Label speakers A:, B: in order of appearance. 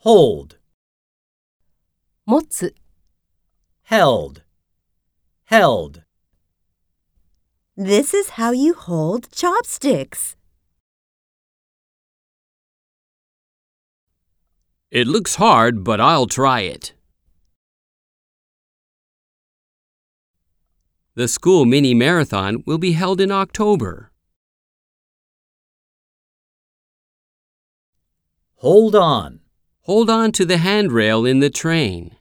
A: Hold,
B: 持つ、
A: held, held.
C: This is how you hold chopsticks.
D: It looks hard, but I'll try it. The school mini marathon will be held in October.
A: Hold on.
D: Hold on to the handrail in the train.